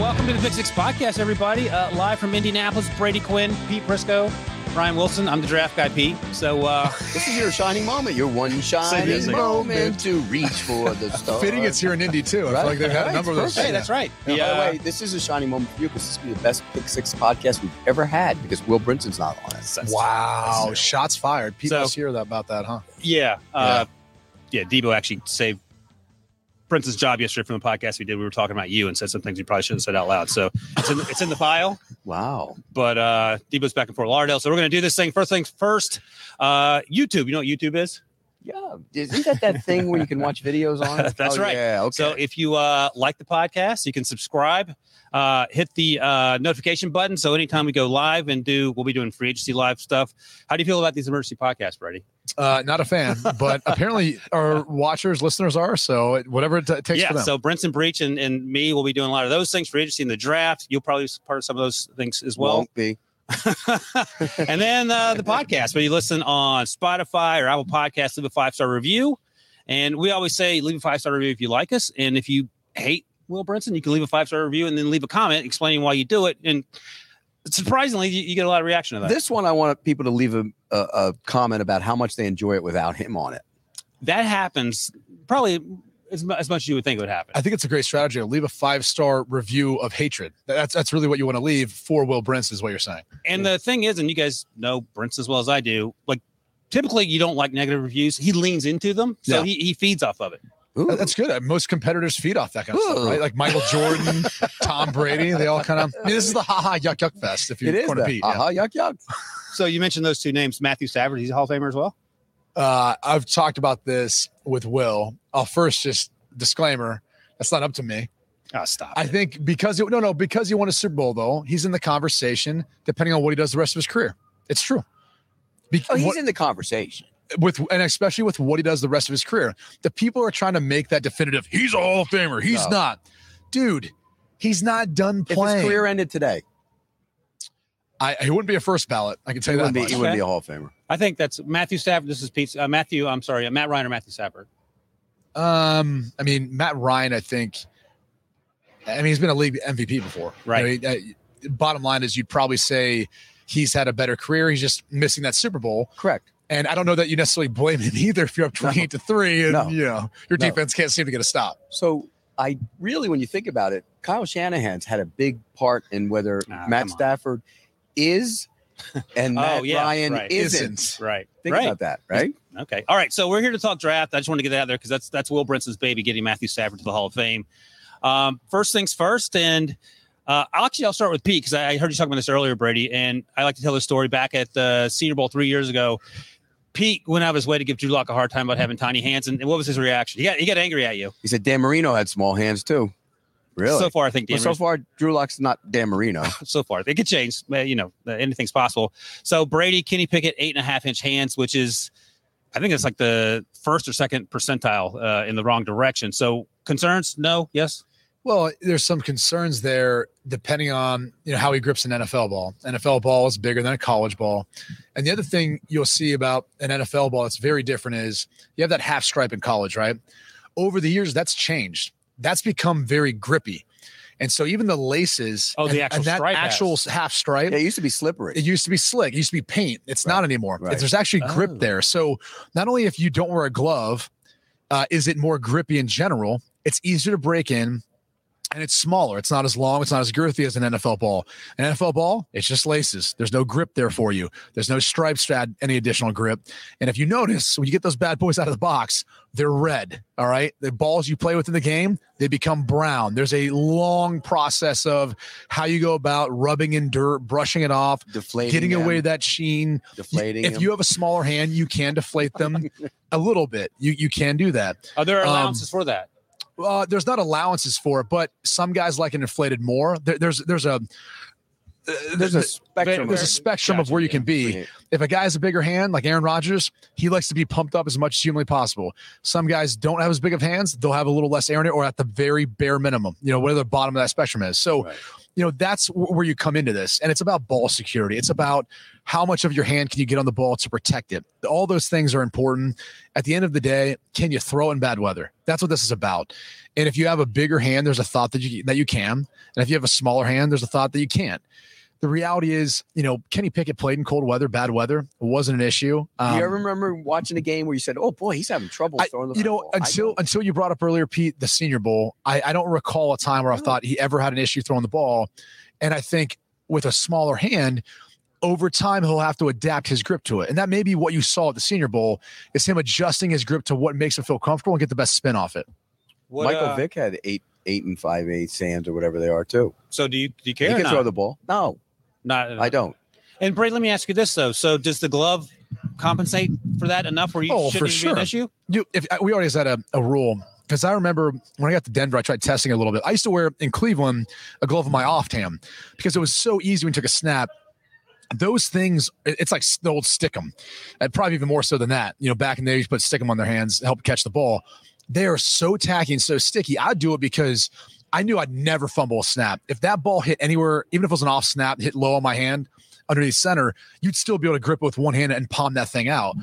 Welcome to the Pick Six Podcast, everybody. Uh, live from Indianapolis, Brady Quinn, Pete Briscoe, Ryan Wilson. I'm the draft guy, Pete. So, uh, This is your shining moment, your one shining yes, I- moment to reach for the stars. Fitting it's here in Indy too. I Right, feel like they've had right, a number of those. hey, that's right. And Yeah. By the way, this is a shining moment for you because this will be the best Pick Six podcast we've ever had because Will Brinson's not on it. Wow, shots fired. People So- must hear that about that, huh? Yeah. Uh, yeah. Debo actually saved Prince's job yesterday from the podcast we did. We were talking about you and said some things you probably shouldn't have said out loud. So it's in, it's in the file, Wow. but uh, Debo's back in Fort Lauderdale. So we're going to do this thing. First things first, uh, YouTube. You know what YouTube is? Yeah. Isn't that that thing where you can watch videos on it? That's Oh, right. Yeah. Okay. So if you uh, like the podcast, you can subscribe, uh, hit the uh, notification button. So anytime we go live and do, we'll be doing free agency live stuff. How do you feel about these emergency podcasts, Brady? Uh, not a fan, but apparently our watchers, listeners are. So it- whatever it t- takes yeah, for them. so Brinson Breach and, and me will be doing a lot of those things for agency in the draft. You'll probably be part of some of those things as well. won't be. and then uh, the podcast, where you listen on Spotify or Apple Podcasts, leave a five star review. And we always say leave a five star review if you like us. And if you hate Will Brinson, you can leave a five star review and then leave a comment explaining why you do it. And surprisingly, you, you get a lot of reaction to that. This one, I want people to leave a, a, a comment about how much they enjoy it without him on it. that happens probably as, mu- as much as you would think it would happen. I think it's a great strategy. Leave a five star review of hatred. That's that's really what you want to leave for Will Brinson is what you're saying. And the thing is, and you guys know Brent's as well as I do, like typically you don't like negative reviews. He leans into them. So Yeah. he, he feeds off of it. Ooh. That- That's good. Uh, Most competitors feed off that kind of Ooh. stuff, right? Like Michael Jordan, Tom Brady. They all kind of. I mean, this is the ha ha yuck yuck fest. If you it is. want to The, beat, aha, yuck, yuck. So you mentioned those two names, Matthew Stafford, he's a Hall of Famer as well. uh, I've talked about this with Will. I'll first just disclaimer. That's not up to me. Ah, Oh, stop. I think because he, no, no, because he won a Super Bowl though, he's in the conversation. Depending on what he does the rest of his career, it's true. Be- Oh, he's what- in the conversation. with and especially with what he does the rest of his career, the people are trying to make that definitive. He's a Hall of Famer. He's No. not, dude. He's not done If playing. his career ended today, I, he wouldn't be a first ballot. I can tell he you wouldn't, that. be, much. he wouldn't be a Hall of Famer. I think that's Matthew Stafford. This is Pete. Uh, Matthew, I'm sorry, uh, Matt Ryan or Matthew Stafford. Um, I mean, Matt Ryan, I think. I mean, he's been a league MVP before, Right. You know, he- uh, bottom line is, you'd probably say he's had a better career. He's just missing that Super Bowl, Correct. and I don't know that you necessarily blame him either. If you're up twenty-eight to three, and No. you know your No. defense can't seem to get a stop. So I really, when you think about it, Kyle Shanahan's had a big part in whether Ah, come on. Matt Stafford is and Oh, Matt yeah, Ryan right. isn't. Right. Think right. about that, right? Okay. All right. So we're here to talk draft. I just want to get that out there because that's that's Will Brinson's baby, getting Matthew Stafford to the Hall of Fame. Um, first things first, and uh, I'll actually I'll start with Pete because I, I heard you talking about this earlier, Brady, and I like to tell this story back at the Senior Bowl three years ago. Pete went out of his way to give Drew Lock a hard time about having tiny hands, and what was his reaction? He got he got angry at you. He said Dan Marino had small hands too. Really? So far, I think Well, Dan so far, Drew Lock's not Dan Marino. so far. It could change. uh, You know, uh, anything's possible. So Brady, Kenny Pickett, eight and a half inch hands, which is, I think it's like the first or second percentile uh, in the wrong direction. So concerns? No. Yes. Well, there's some concerns there depending on you know how he grips an NFL ball. NFL ball is bigger than a college ball. And the other thing you'll see about an NFL ball that's very different is you have that half stripe in college, right? Over the years, that's changed. That's become very grippy. And so even the laces, Oh, the and- actual and that stripe actual s- half stripe, Yeah, it used to be slippery. it used to be slick. It used to be paint. It's Right. not anymore. Right. There's actually grip Oh. there. So not only if you don't wear a glove, uh, is it more grippy in general? It's easier to break in, and it's smaller. It's not as long. It's not as girthy as an NFL ball. An NFL ball, it's just laces. There's no grip there for you. There's no stripes to add any additional grip. And if you notice, when you get those bad boys out of the box, they're red. All right, the balls you play with in the game, they become brown. There's a long process of how you go about rubbing in dirt, brushing it off, deflating. getting them, away that sheen. You- Deflating. If them. you have a smaller hand, you can deflate them a little bit. You you can do that. Are there Um, allowances for that? Uh, there's not allowances for it, but some guys like it inflated more. There, there's there's a uh, there's a spectrum. there's a spectrum of Gotcha, where you yeah. can be. Yeah. If a guy has a bigger hand, like Aaron Rodgers, he likes to be pumped up as much as humanly possible. Some guys don't have as big of hands; they'll have a little less air in it, or at the very bare minimum, you know, whatever the bottom of that spectrum is. So, Right. you know, that's wh- where you come into this, and it's about ball security. It's about how much of your hand can you get on the ball to protect it. All those things are important. At the end of the day, can you throw in bad weather? That's what this is about. And if you have a bigger hand, there's a thought that you that you can, and if you have a smaller hand, there's a thought that you can't the reality is, you know, Kenny Pickett played in cold weather, bad weather. It wasn't an issue. Do Um, you ever remember watching a game where you said, "Oh boy, he's having trouble I- throwing the you know, football"? I until don't. until you brought up earlier, Pete, the Senior Bowl, I, I don't recall a time where Mm. I thought he ever had an issue throwing the ball. And I think with a smaller hand, over time he'll have to adapt his grip to it, and that may be what you saw at the Senior Bowl is him adjusting his grip to what makes him feel comfortable and get the best spin off it. What, Michael uh, Vick had eight, eight and five eight sands or whatever they are too. So do you do you He care? or can not? throw the ball. No, Not- I don't. And Brady, let me ask you this though. So does the glove compensate for that enough where you Oh, shouldn't for even be sure. an issue? You, if uh, we always had a, a rule because I remember when I got to Denver, I tried testing a little bit. I used to wear in Cleveland a glove of my off hand because it was so easy when you took a snap. Those things, it- it's like s- the old stick 'em, and probably even more so than that. You know, back in the day, you put stick 'em on their hands, to help catch the ball. They are so tacky and so sticky. I do it because I knew I'd never fumble a snap. If that ball hit anywhere, even if it was an off snap, hit low on my hand underneath center, you'd still be able to grip it with one hand and palm that thing out.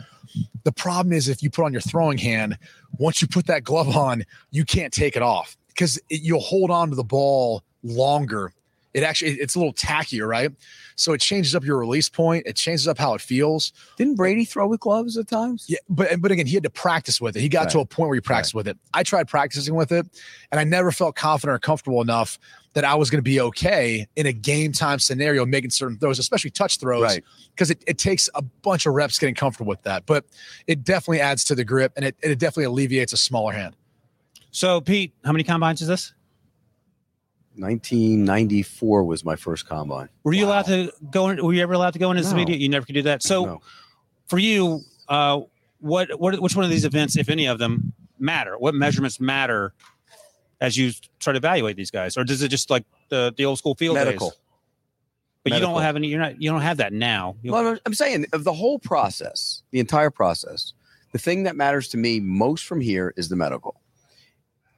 The problem is if you put on your throwing hand, once you put that glove on, you can't take it off because you'll hold on to the ball longer. It actually it's a little tackier, right? So it changes up your release point. It changes up how it feels. Didn't Brady throw with gloves at times? Yeah, but but again, he had to practice with it. He got to Right. a point where he practiced with it. I tried practicing with it, and I never felt confident or comfortable enough that I was going to be okay in a game time scenario making certain throws, especially touch throws Right. because it, it takes a bunch of reps getting comfortable with that. But it definitely adds to the grip and it, it definitely alleviates a smaller hand. So Pete, how many combines is this? 1994 was my first combine. Were you Wow. allowed to go in? Were you ever allowed to go in as a No. media? You never could do that. So No. for you, uh, what what which one of these events, if any of them, matter? What measurements matter as you try to evaluate these guys, or does it just like the the old school field days? medical. But you Medical. don't have any. You're not. You don't have that now. You- Well, I'm- I'm saying of the whole process, the entire process, the thing that matters to me most from here is the medical.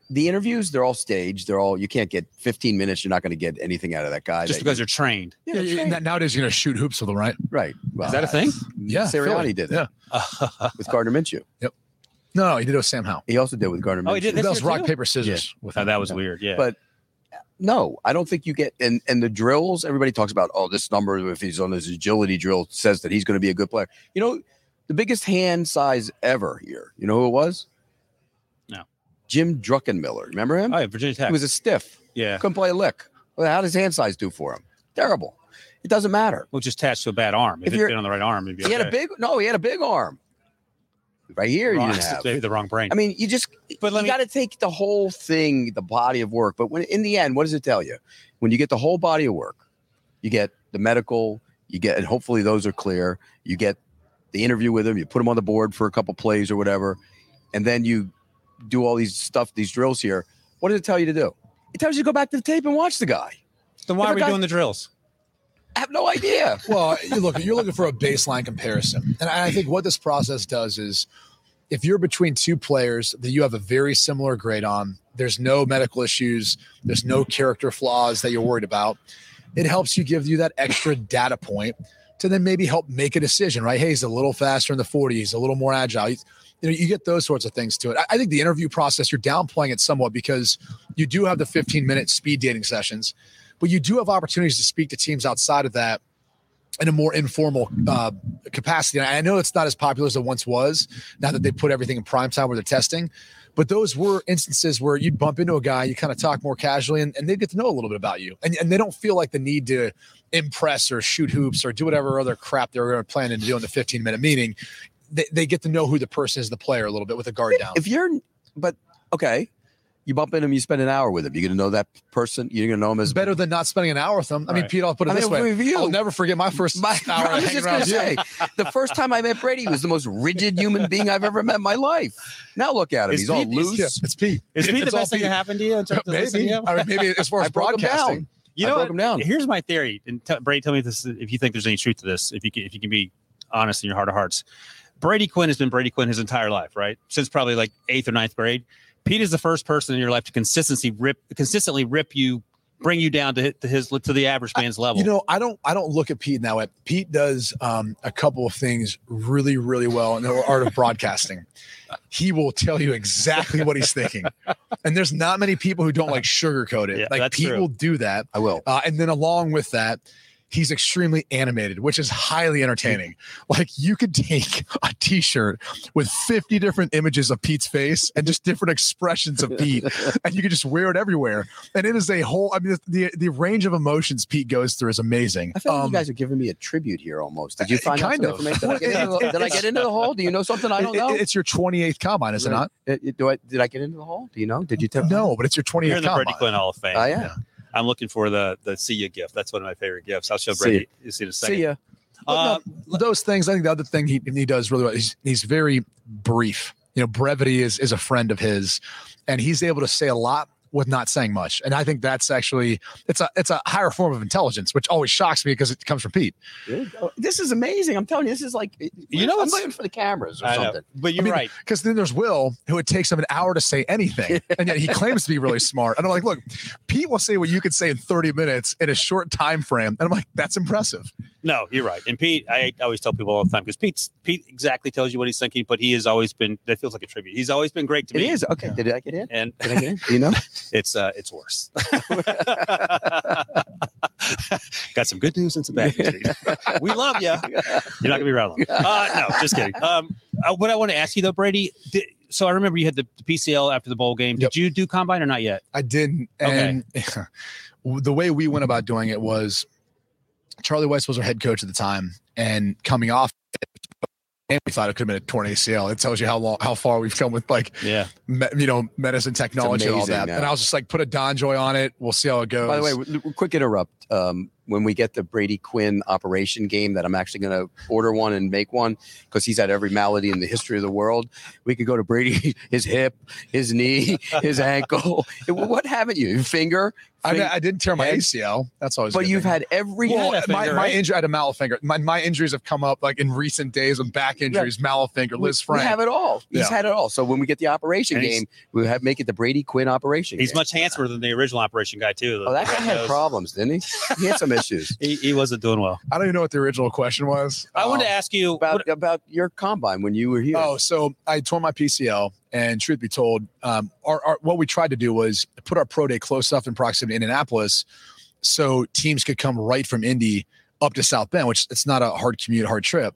The interviews, they're all staged. They're all you can't get 15 minutes. You're not going to get anything out of that guy. just that because you're trained. you- Yeah, And that's that- nowadays, you're going to shoot hoops with them, right? right. Well, Is that a thing? Yeah, Philly. Sirianni did it Yeah. with Gardner Minshew. No, no, he did it with Sam Howell. He also did with Gardner Minshew. Oh, he did That This was year rock, too? paper, scissors. With Oh, him. that was Yeah. weird. Yeah. But- No, I don't think you get and and the drills. Everybody talks about oh, this number if he's on his agility drill says that he's going to be a good player. You know, the biggest hand size ever here. You know who it was? No. Jim Druckenmiller. Remember him? oh, yeah, Virginia Tech. He was a stiff. yeah. Couldn't play a lick. Well, how does hand size do for him? Terrible. It doesn't matter. Well, just attached to a bad arm. If, If it had you're- been on the right arm, it'd be He had a okay. big no. He had a big arm. Right here, Wrong- you didn't have. maybe the wrong brain. I mean, you just But let you me- got to take the whole thing, the body of work. But when in the end, what does it tell you? When you get the whole body of work, you get the medical, you get, and hopefully those are clear. You get the interview with them, you put them on the board for a couple plays or whatever, and then you do all these stuff, these drills here. What does it tell you to do? It tells you to go back to the tape and watch the guy. then why if a are we guy- doing the drills? I have no idea. well, you look, you're looking for a baseline comparison. And I think what this process does is if you're between two players that you have a very similar grade on, there's no medical issues, there's no character flaws that you're worried about. It helps you give you that extra data point to then maybe help make a decision, right? Hey, he's a little faster in the 40s, a little more agile. He's- you know, you get those sorts of things to it. I, I think the interview process, you're downplaying it somewhat because you do have the 15 minute speed dating sessions, but you do have opportunities to speak to teams outside of that in a more informal uh, capacity. And I know it's not as popular as it once was, now that they put everything in prime time where they're testing. But those were instances where you'd bump into a guy, you kind of talk more casually, and, and they get to know a little bit about you. And, and they don't feel like the need to impress or shoot hoops or do whatever other crap they're planning to do in the 15 minute meeting. They, they get to know who the person is, the player, a little bit with a guard down. If you're, but okay, you bump into him, you spend an hour with him. You're gonna know that person. You're gonna know him as It's better than not spending an hour with them. I mean, Right. Pete, I'll put it I this mean, way. with you- I'll never forget my first My, hour I was hanging just going around to say, the first time I met Brady he was the most rigid human being I've ever met in my life. Now look at him; Is he's all he- is- loose. Yeah, it's Pete. Is Pete the It's all best thing that Pete. happened to you in terms of this Maybe. video? I mean, maybe as far I as broke him broadcasting. down. You I know, broke him down. here's my theory, and t- Brady, tell me if this if you think there's any truth to this. If you can, if you can be honest in your heart of hearts, Brady Quinn has been Brady Quinn his entire life, right? Since probably like eighth or ninth grade. Pete is the first person in your life to consistently rip, consistently rip you, bring you down to, hit- to his to the average man's level. You know, I don't I don't look at Pete in that way. Pete does um, a couple of things really, really well in the art of broadcasting. He will tell you exactly what he's thinking. And there's not many people who don't like sugarcoat it. Yeah, like that's Pete true. will do that. I will. Uh, and then along with that, he's extremely animated, which is highly entertaining. Like you could take a T-shirt with 50 different images of Pete's face and just different expressions of Pete, and you could just wear it everywhere. And it is a whole. I mean, the the range of emotions Pete goes through is amazing. Um, I Um, feel like you guys are giving me a tribute here almost. Did you Uh, find out kind some of. information? Did I, get Well, into the, it- did I get into the hole? Do you know something I don't It- know? it- it's your 28th combine, is it not? Uh, do I, did I get into the hole? Do you know? Did you tell? Oh, No, but it's your you're 28th in the Brady combine. Quinn Hall of Fame. I am. I'm looking for the the see you gift. That's one of my favorite gifts. I'll show See Brady. You see in a second. See ya. Uh, Those things. I think the other thing he, he does really well. He's he's very brief. You know, brevity is is a friend of his, and he's able to say a lot with not saying much. And I think that's actually it's a it's a higher form of intelligence, which always shocks me because it comes from Pete. Dude, oh, This is amazing. I'm telling you, this is like You know I'm what's- looking for the cameras or I know, something. but you're I mean, right. Because then there's Will, who it takes him an hour to say anything, and yet he claims to be really smart. And I'm like, look, Pete will say what you could say in 30 minutes in a short time frame, and I'm like, that's impressive. No, you're right. And Pete, I always tell people all the time because Pete's Pete exactly tells you what he's thinking, but he has always been that feels like a tribute. He's always been great to It me. is okay. Did I get in? And Did I get in? Do you know? it's uh it's worse. Got some good news and some bad news. we love you. You're not gonna be around long. Uh, no, just kidding. Um, uh, what I want to ask you though, Brady. Did, so I remember you had the, the PCL after the bowl game. Did Yep. you do combine or not yet? I didn't. Okay. And the way we went about doing it was Charlie Weiss was our head coach at the time, and coming off, and we thought it could have been a torn ACL. It tells you how long, how far we've come with like, Yeah. me, you know, medicine technology and all amazing that. now. And I was just like, put a Donjoy on it. We'll see how it goes. By the way, w- w- quick interrupt. Um, when we get the Brady Quinn operation game, that I'm actually going to order one and make one because he's had every malady in the history of the world. We could go to Brady, his hip, his knee, his ankle. What haven't you? Your Finger. I, mean, Fing- I didn't tear my Hand- ACL. That's always. a but good you've thing. had every. You Well, had a my, finger, my right? injury, I had a mallet finger. My, my injuries have come up like in recent days with back injuries, mallet finger, Liz we Frank. have it all. He's Yeah. had it all. So when we get the operation And he's- game, we have make it the Brady Quinn operation. He's game. much handsomer than the original Operation guy too. Oh, that guy had Those- problems, didn't he? He had some issues He, he wasn't doing well. I don't even know what the original question was. I wanted Um, to ask you about what- about your combine when you were here. Oh, so I tore my PCL, and truth be told, um, our, our what we tried to do was put our pro day close enough in proximity to Indianapolis, so teams could come right from Indy up to South Bend, which it's not a hard commute, hard trip.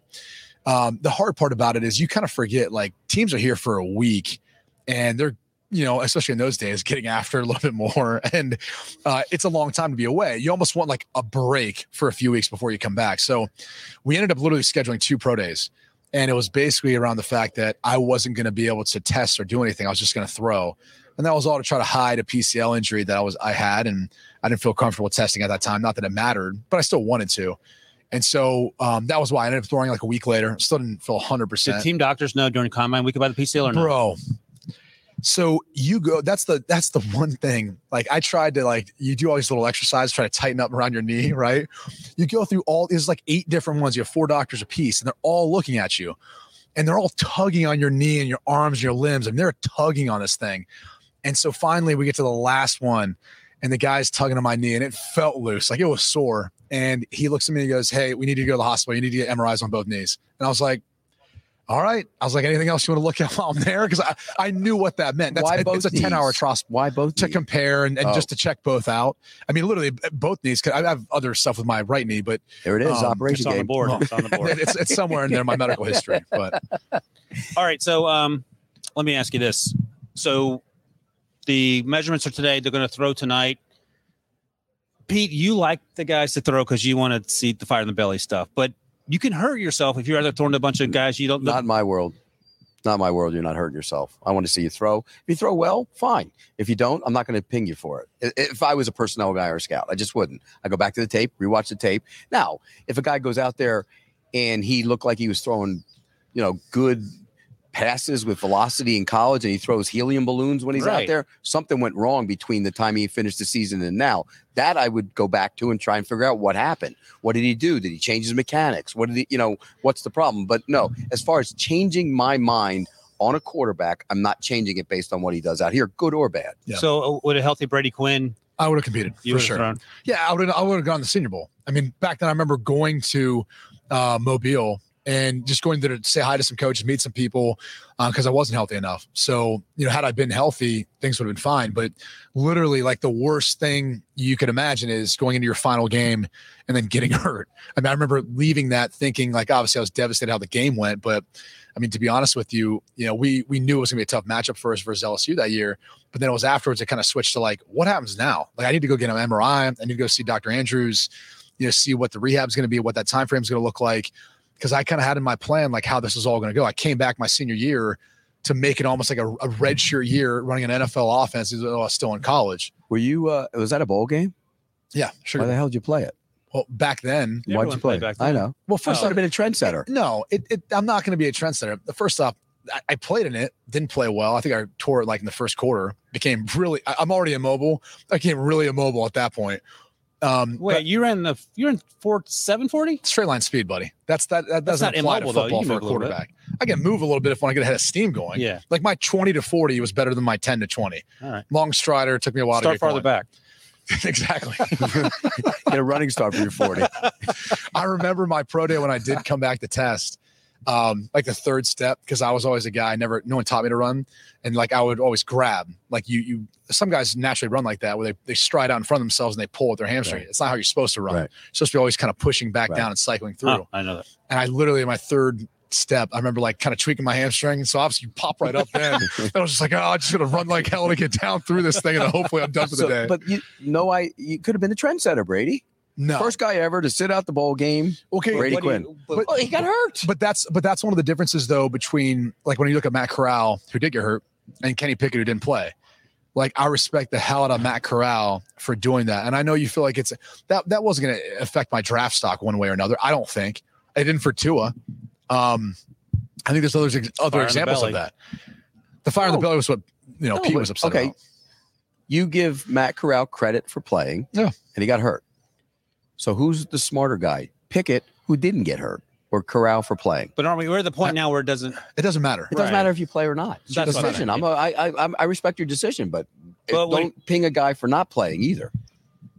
Um, the hard part about it is you kind of forget like teams are here for a week, and they're you know especially in those days getting after it a little bit more, and uh, it's a long time to be away. You almost want like a break for a few weeks before you come back. So we ended up literally scheduling two pro days and it was basically around the fact that I wasn't going to be able to test or do anything. I was just going to throw, and that was all to try to hide a PCL injury that I was I had, and I didn't feel comfortable testing at that time. Not that it mattered, but I still wanted to, and so um, that was why I ended up throwing like a week later. Still didn't feel hundred did percent, team doctors know during combine week about the PCL or not? bro. So you go. That's the that's the one thing. Like I tried to like you do all these little exercises, try to tighten up around your knee, right? You go through all. There's like eight different ones. You have four doctors apiece, and they're all looking at you and they're all tugging on your knee and your arms, and your limbs, and they're tugging on this thing. And so finally, we get to the last one, and the guy's tugging on my knee, and it felt loose, like it was sore. And he looks at me and he goes, "Hey, we need you to go to the hospital. You need to get MRIs on both knees." And I was like, all right. I was like, anything else you want to look at while I'm there? Because I, I knew what that meant. That's, Why it- both it's a 10 hour knees? trust Why both? to knees? compare and, and Oh. just to check both out. I mean, literally b- both knees. 'cause I have other stuff with my right knee, but there it is. um, operation It's on the game. board. It's on the board. it's it's somewhere in there my medical history. But All right. So um, let me ask you this. So the measurements are today. They're going to throw tonight. Pete, you like the guys to throw because you want to see the fire in the belly stuff, but you can hurt yourself if you're out there throwing a bunch of guys you don't Not in my world. Not my world. You're not hurting yourself. I want to see you throw. If you throw well, fine. If you don't, I'm not going to ping you for it. I- If I was a personnel guy or a scout, I just wouldn't. I go back to the tape, rewatch the tape. Now, if a guy goes out there and he looked like he was throwing, you know, good passes with velocity in college and he throws helium balloons when he's out Right. there, something went wrong between the time he finished the season and now. That I would go back to and try and figure out what happened. What did he do? Did he change his mechanics? What did he, you know, what's the problem? But no, as far as changing my mind on a quarterback, I'm not changing it based on what he does out here, good or bad. Yeah. So uh, would a healthy Brady Quinn, I would have competed you for would have sure. thrown. Yeah, I would I would have gone to the Senior Bowl. I mean, back then I remember going to uh, Mobile and just going there to say hi to some coaches, meet some people, because I wasn't healthy enough. So you know, had I been healthy, things would have been fine. But literally, like the worst thing you could imagine is going into your final game and then getting hurt. I mean, I remember leaving that thinking like, obviously, I was devastated how the game went, but. I mean, to be honest with you, you know, we we knew it was gonna be a tough matchup for us versus LSU that year. But then it was afterwards it kind of switched to like, what happens now? Like I need to go get an MRI. I need to go see Dr. Andrews, you know, see what the rehab's gonna be, what that time frame's gonna look like. Cause I kind of had in my plan like how this is all gonna go. I came back my senior year to make it almost like a, a redshirt year running an NFL offense. He's like, Oh, I was still in college. Were you, uh, was that a bowl game? Yeah, Why the sure. hell did you play it? Well, back then. Why'd you Everyone play? played back I know. Well, first, Oh. I'd have been a trendsetter. No, it, it, I'm not going to be a trendsetter. First off, I, I played in it, didn't play well. I think I tore it like in the first quarter. Became really, I, am already immobile. I became really immobile at that point. Um, Wait, you ran the you're in four seven forty? but straight line speed, buddy. That's that. That That's doesn't not apply immobile, to though. You football can for a move a little bit. quarterback. I can move a little bit if I want to get a head of steam going. Yeah. Like my 20 to 40 was better than my 10 to 20. All right. Long strider took me a while to Start get farther going. back. exactly. Get a running start for your 40. I remember my pro day when I did come back to test, um, like the third step, because I was always a guy. I never, no one taught me to run, and like I would always grab. Like you, you. Some guys naturally run like that, where they, they stride out in front of themselves and they pull with their hamstring. Right. It's not how you're supposed to run. Right. You're supposed to be always kind of pushing back Right. down and cycling through. Oh, I know that. And I literally, my third step, I remember like kind of tweaking my hamstring. So obviously, you pop right up then. and I was just like, oh, I'm just gonna run like hell to get down through this thing, and then hopefully I'm done for the So- day. But you no, I you could have been a trendsetter, Brady. no, First guy ever to sit out the bowl game. okay, Brady What do you- but- Oh, he got hurt. But that's but that's one of the differences though between like when you look at Matt Corral who did get hurt and Kenny Pickett who didn't play. Like I respect the hell out of Matt Corral for doing that, and I know you feel like it's that that wasn't going to affect my draft stock one way or another. I don't think it didn't for Tua. Um, I think there's other Fire other in the examples belly. of that. The fire in the No. belly was what you know No, Pete but- was upset okay. about. You give Matt Corral credit for playing. Yeah. And he got hurt. So who's the smarter guy? Pickett, who didn't get hurt, or Corral for playing? But aren't we? We're at the point now where it doesn't. It doesn't matter. It doesn't Right. matter if you play or not. It's your That's what I decision. mean. I'm a, I, I, I'm- I respect your decision, but, it- But don't when- ping a guy for not playing either.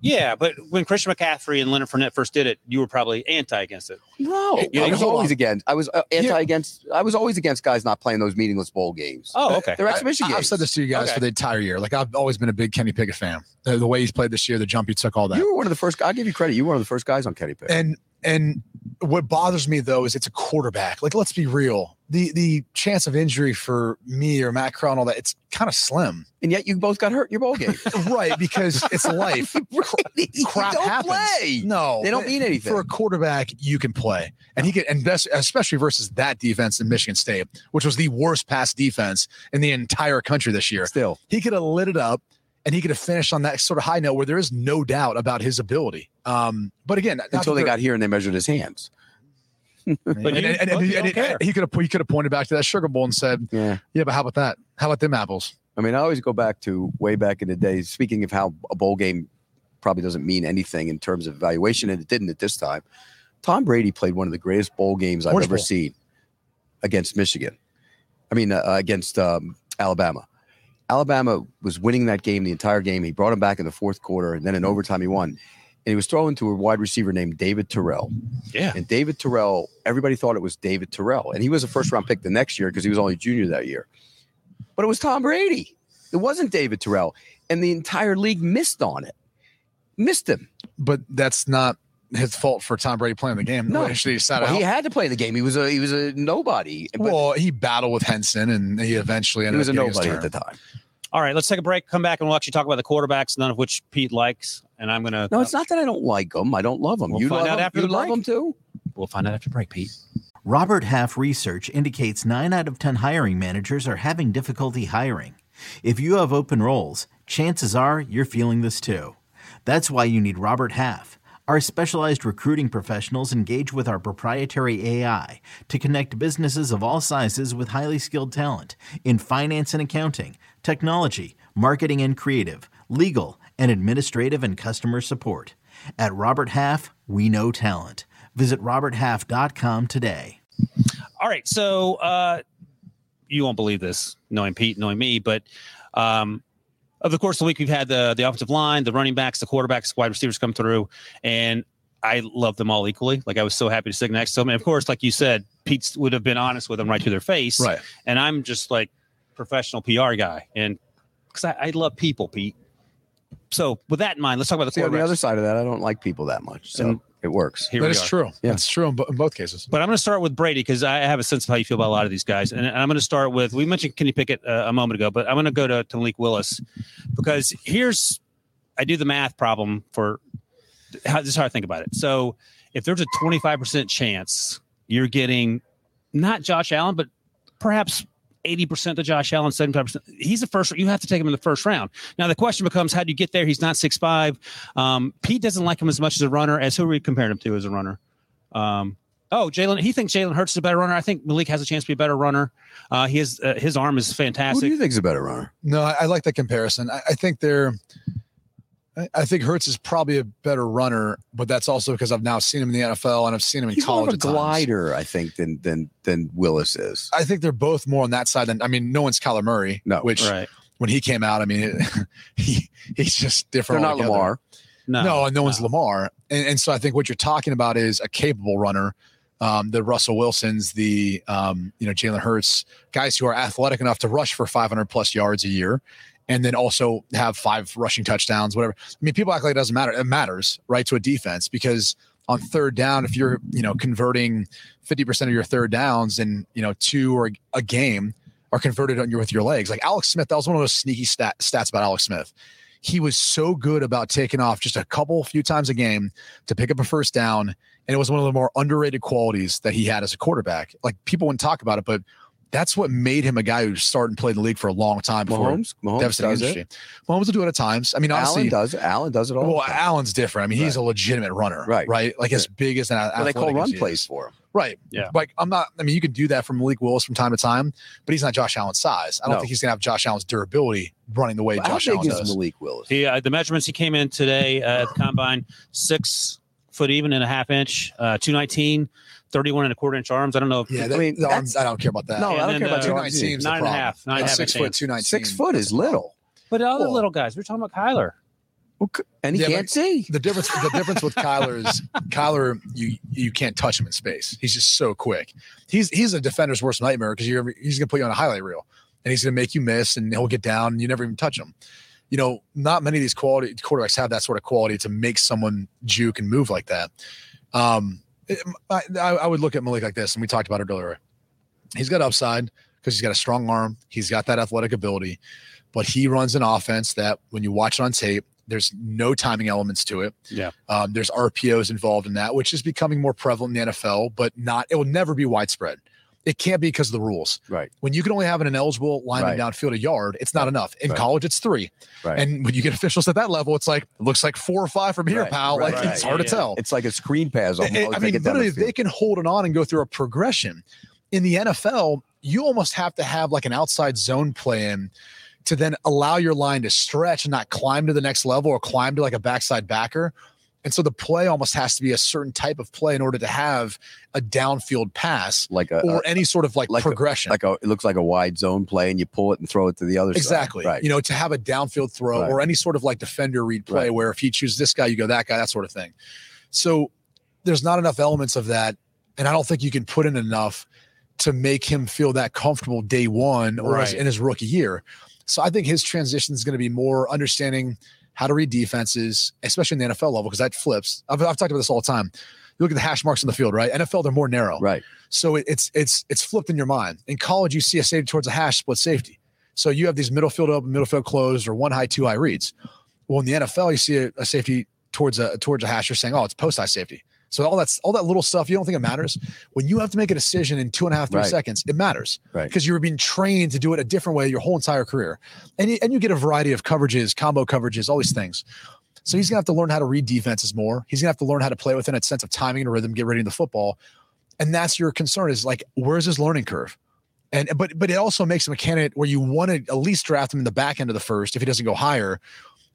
Yeah, but when Christian McCaffrey and Leonard Fournette first did it, you were probably anti against it. No, Yeah, I was hold on. always against. I was uh, anti Yeah. against. I was always against guys not playing those meaningless bowl games. Oh, okay. They're exhibition I, games. have said this to you guys Okay. for the entire year. Like I've always been a big Kenny Pickett fan. The, the way he's played this year, the jump he took, all that. You were one of the first. I give you credit. You were one of the first guys on Kenny Pickett. And and what bothers me though is it's a quarterback. Like let's be real. The the chance of injury for me or Matt Crow and all that, it's kind of slim. and yet you both got hurt in your bowl game. Right, because it's life. You Crap don't happens. play. No. They don't mean anything. for a quarterback, you can play. And he could and best especially versus that defense in Michigan State, which was the worst pass defense in the entire country this year. Still, he could have lit it up and he could have finished on that sort of high note where there is no doubt about his ability. Um, but again, not until that they there- got here and they measured his hands. and, you- and- and- look, you and- don't care. he could have he could have pointed back to that sugar bowl and said, Yeah. "Yeah, but how about that? How about them apples?" I mean, I always go back to way back in the day. Speaking of how a bowl game probably doesn't mean anything in terms of evaluation, and it didn't at this time. Tom Brady played one of the greatest bowl games I've Orange ever Bowl. seen against Michigan. I mean, uh, against um, Alabama. Alabama was winning that game the entire game. He brought him back in the fourth quarter, and then in overtime he won. and he was thrown to a wide receiver named David Terrell. Yeah. And David Terrell, everybody thought it was David Terrell, and he was a first round pick the next year because he was only a junior that year. But it was Tom Brady. It wasn't David Terrell, and the entire league missed on it. Missed him. But that's not his fault for Tom Brady playing the game. No. No, actually, he sat Well, he out. had to play the game. He was a he was a nobody. But well, he battled with Henson, and he eventually he ended was a up getting his nobody at turn. the time. All right, let's take a break. Come back and we'll actually talk about the quarterbacks, none of which Pete likes. And I'm gonna. uh, No, it's not that I don't like him. I don't love him. We'll you find love out him? after you the love break. him too. We'll find out after break, Pete. Robert Half research indicates 9 out of 10 hiring managers are having difficulty hiring. If you have open roles, chances are you're feeling this too. That's why you need Robert Half. Our specialized recruiting professionals engage with our proprietary AI to connect businesses of all sizes with highly skilled talent in finance and accounting, technology, marketing and creative, legal, and administrative and customer support. At Robert Half, we know talent. Visit roberthalf.com today. All right, so uh, you won't believe this, knowing Pete, knowing me, but um, over the course of the week, we've had the the offensive line, the running backs, the quarterbacks, wide receivers come through, and I love them all equally. Like I was so happy to sit next to them, and of course, like you said, Pete would have been honest with them right to their face, Right. and I'm just like professional PR guy, and because I, I love people, Pete. So with that in mind, let's talk about the See, on the quarterbacks. other side of that, I don't like people that much. So And- it works. Here That we is are. true. Yeah. That's true in, bo- in both cases. But I'm going to start with Brady because I have a sense of how you feel about a lot of these guys. And, and I'm going to start with, we mentioned Kenny Pickett uh, a moment ago, but I'm going to go to, to Malik Willis because here's, I do the math problem for how, this is how I think about it. So if there's a 25% chance you're getting not Josh Allen, but perhaps 80% to Josh Allen, 75%, he's the first, you have to take him in the first round. Now the question becomes, how do you get there? He's not 6'5. Um, Pete doesn't like him as much as a runner as who are we comparing him to as a runner? Um, Oh, Jalen. He thinks Jalen Hurts is a better runner. I think Malik has a chance to be a better runner. Uh, he has, uh, his arm is Who do fantastic. you think's a better runner? No, I, I like that comparison. I, I think they're. I- I think Hertz is probably a better runner, but that's also because I've now seen him in the NFL and I've seen him in He's more college. of a at times. glider, I think, than than than Willis is. I think they're both more on that side than I mean, no one's Kyler Murray. No, which right. when he came out, I mean, he he's just They're different. not altogether. Lamar. No. No, and no one's no. Lamar. And, and so I think what you're talking about is a capable runner. Um, the Russell Wilsons, the um, you know Jalen Hurts, guys who are athletic enough to rush for 500 plus yards a year, and then also have five rushing touchdowns, whatever. I mean, people act like it doesn't matter. It matters, right, to a defense because on third down, if you're you know converting 50% of your third downs and you know two or a game are converted on your with your legs, like Alex Smith, that was one of those sneaky stat, stats about Alex Smith he was so good about taking off just a couple few times a game to pick up a first down and it was one of the more underrated qualities that he had as a quarterback like people wouldn't talk about it but that's what made him a guy who started and played in the league for a long time before Mahomes. Mahomes devastating does industry it. Mahomes will do it at times i mean Allen honestly does. it. Allen does it all. well the time. Allen's different i mean he's a legitimate runner Right. right like as big as an But they call athletic as run he is. plays for him. right Yeah. like i'm not i mean you can do that from malik willis from time to time but he's not josh allen's size i don't No. think he's gonna have josh allen's durability running the way How josh big allen is does Malik Willis? He, uh, the measurements he came in today uh, at the combine six foot even and a half inch, uh, 219, 31 and a quarter inch arms. I don't know. If, yeah I that, mean, the arms- that's- i don't care about that No, And I then, don't care about uh, your Two nineteen arms. is Nine and the a problem. half, nine and a Like half six inch foot, two nineteen. Six foot is little. But all the Cool. little guys, we we're talking about Kyler. And he Yeah, but- can't see. The difference, the difference with Kyler is Kyler, you you can't touch him in space. He's just so quick. He's he's a defender's worst nightmare because you're he's gonna put you on a highlight reel and he's gonna make you miss and he'll get down and you never even touch him. You know, not many of these quality quarterbacks have that sort of quality to make someone juke and move like that. Um, it- I, I would look at Malik like this, and we talked about it earlier. He's got upside because he's got a strong arm. He's got that athletic ability but he runs an offense that when you watch it on tape, there's no timing elements to it. Yeah. Um, there's RPOs involved in that, which is becoming more prevalent in the NFL, but not, it will never be widespread. It can't be because of the rules. Right. When you can only have an ineligible Right. lineman downfield a yard, it's not enough. In Right. college, it's three. Right. And when you get officials at that level, it's like, it looks like four or five from here, Right, pal. right, like, right. it's hard Yeah, to tell. It's like a screen pass. I- I mean, literally, they can hold it on and go through a progression. In the NFL, you almost have to have like an outside zone play in to then allow your line to stretch and not climb to the next level or climb to like a backside backer. And so the play almost has to be a certain type of play in order to have a downfield pass like a, or a- any sort of Uh, like, like a- progression. like a it looks like a wide zone play, and you pull it and throw it to the other exactly. side. You know, to have a downfield throw Right. or any sort of like defender read play Right. where if he chooses this guy, you go that guy, that sort of thing. So there's not enough elements of that. And I don't think you can put in enough to make him feel that comfortable day one or his- Right. in his rookie year. So I think his transition is going to be more understanding how to read defenses, especially in the NFL level, because that flips. I've, I've talked about this all the time. You look at the hash marks in the field, right? NFL, they're more narrow. Right. So it, it's it's it's flipped in your mind. In college, you see a safety towards a hash split safety. So you have these middle field open, middle field closed, or one high, two high reads. Well, in the NFL, you see a, a safety towards a towards a hash. You're saying, oh, it's post high safety. So all that's all that little stuff you don't think it matters. When you have to make a decision in two and a half, three Right. seconds, it matters Right. because you were being trained to do it a different way your whole entire career, and you, and you get a variety of coverages, combo coverages, all these things. So he's gonna have to learn how to read defenses more. He's gonna have to learn how to play within a sense of timing and rhythm, get ready to the football and that's your concern is like where's his learning curve and but but it also makes him a candidate where you want to at least draft him in the back end of the first if he doesn't go higher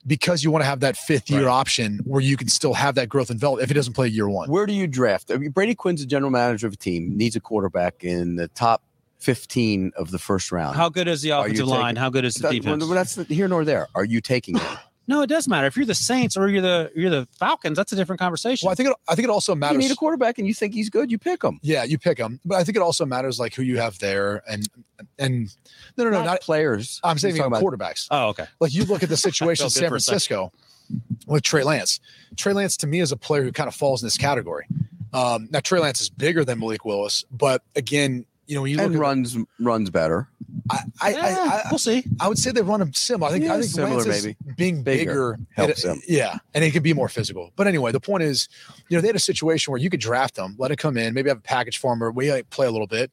because you want to have that fifth year Right. option where you can still have that growth and development if he doesn't play year one Where do you draft? I mean, Brady Quinn's a general manager of a team, needs a quarterback in the top 15 of the first round. How good is the Uh, Are you offensive taking- line? How good is the That- well, defense? that's not here nor there. Are you taking him? no, it does matter. If you're the Saints or you're the you're the Falcons, that's a different conversation. well i think it i think it also you matters need a quarterback and you think he's good, you pick him. yeah you pick him but i think it also matters like who you have there and and no no no not, not players. i'm He's saying talking about- quarterbacks oh, okay. Like you look at the situation in Felt good San for a second. Francisco with Trey Lance. Trey Lance to me is a player who kind of falls in this category. Um, now Trey Lance is bigger than Malik Willis, but again, you know, when you look and at- runs runs better. I, I, Yeah, I, I, we'll see. I would say they run him similar. I think Yeah, I think similar, Lance is maybe. being Bigger bigger, helps and it- him. Yeah, and he could be more physical. But anyway, the point is, you know, they had a situation where you could draft him, let him come in, maybe have a package for him, or we like, play a little bit,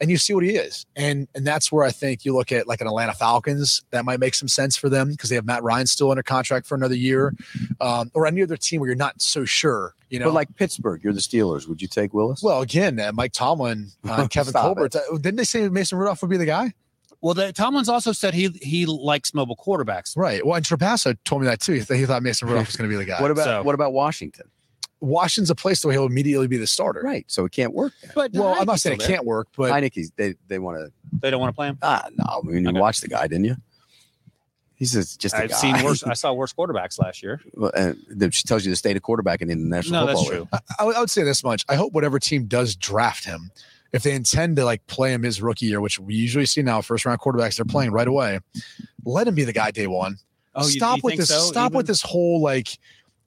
and you see what he is. And and that's where I think you look at like an Atlanta Falcons that might make some sense for them because they have Matt Ryan still under contract for another year, um, or any other team where you're not so sure. You know, But like Pittsburgh, you're the Steelers. Would you take Willis? well, again, uh, Mike Tomlin, uh, Kevin Stop Colbert. uh, Didn't they say Mason Rudolph would be the guy? Well, the, Tomlin's also said he he likes mobile quarterbacks. Right. Well, and Trapasso told me that too. He thought- he thought Mason Rudolph was going to be the guy. what about so- what about Washington? Washington's a place where he'll immediately be the starter. Right. So it can't work. then. But Well, I'm not Heineke's saying it still there. can't work, but Heineke's they they want to They don't want to play him. ah no. I mean, you Okay. watched the guy, didn't you? He's just, just a I've guy. seen worse. I saw worse quarterbacks last year. Well, and that just tells you the state of quarterbacking in the No, National Football that's League. true. I, would- I would say this much. I hope whatever team does draft him, if they intend to like play him his rookie year, which we usually see now, first round quarterbacks, they're playing right away. Let him be the guy day one. Oh, you- stop you with think this. so, Stop even? with this whole like,